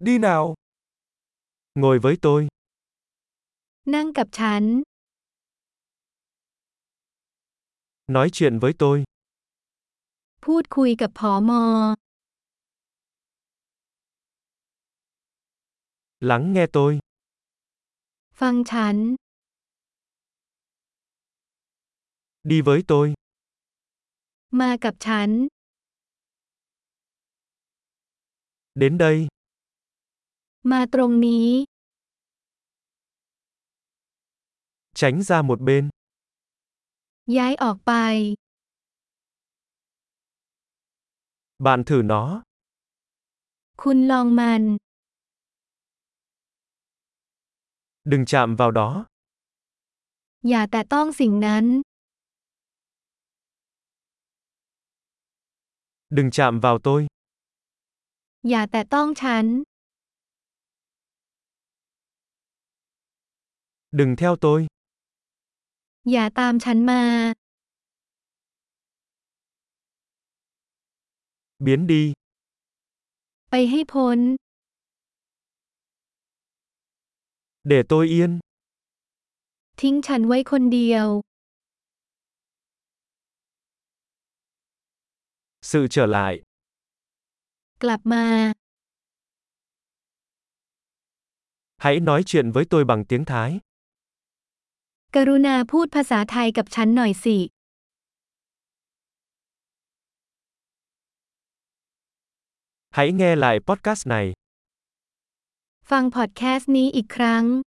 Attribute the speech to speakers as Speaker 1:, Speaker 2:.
Speaker 1: đi nào. Ngồi với tôi,
Speaker 2: นั่งกับฉัน
Speaker 1: nói chuyện với tôi,
Speaker 2: พูดคุยกับผอมอ
Speaker 1: lắng nghe tôi,
Speaker 2: ฟังฉัน
Speaker 1: đi với tôi,
Speaker 2: มากับฉัน
Speaker 1: đến đây,
Speaker 2: มาตรงนี้
Speaker 1: tránh ra một bên,
Speaker 2: ย้ายออกไป
Speaker 1: bạn thử nó,
Speaker 2: คุณลองมัน
Speaker 1: đừng chạm vào đó,
Speaker 2: อย่าแต่ต้องสิ่งนั้น
Speaker 1: đừng chạm vào tôi,
Speaker 2: อย่าแต่ต้องฉัน
Speaker 1: đừng theo tôi,
Speaker 2: อย่าตามฉันมา
Speaker 1: biến đi,
Speaker 2: ไปให้พ้น
Speaker 1: để tôi yên,
Speaker 2: ทิ้งฉันไว้คนเดียว
Speaker 1: sự trở lại,
Speaker 2: กลับมา
Speaker 1: hãy nói chuyện với tôi bằng tiếng Thái,
Speaker 2: กรุณาพูดภาษาไทยกับฉันหน่อยสิ
Speaker 1: hãy nghe lại podcast này.
Speaker 2: ฟังพอดแคสต์นี้อีกครั้ง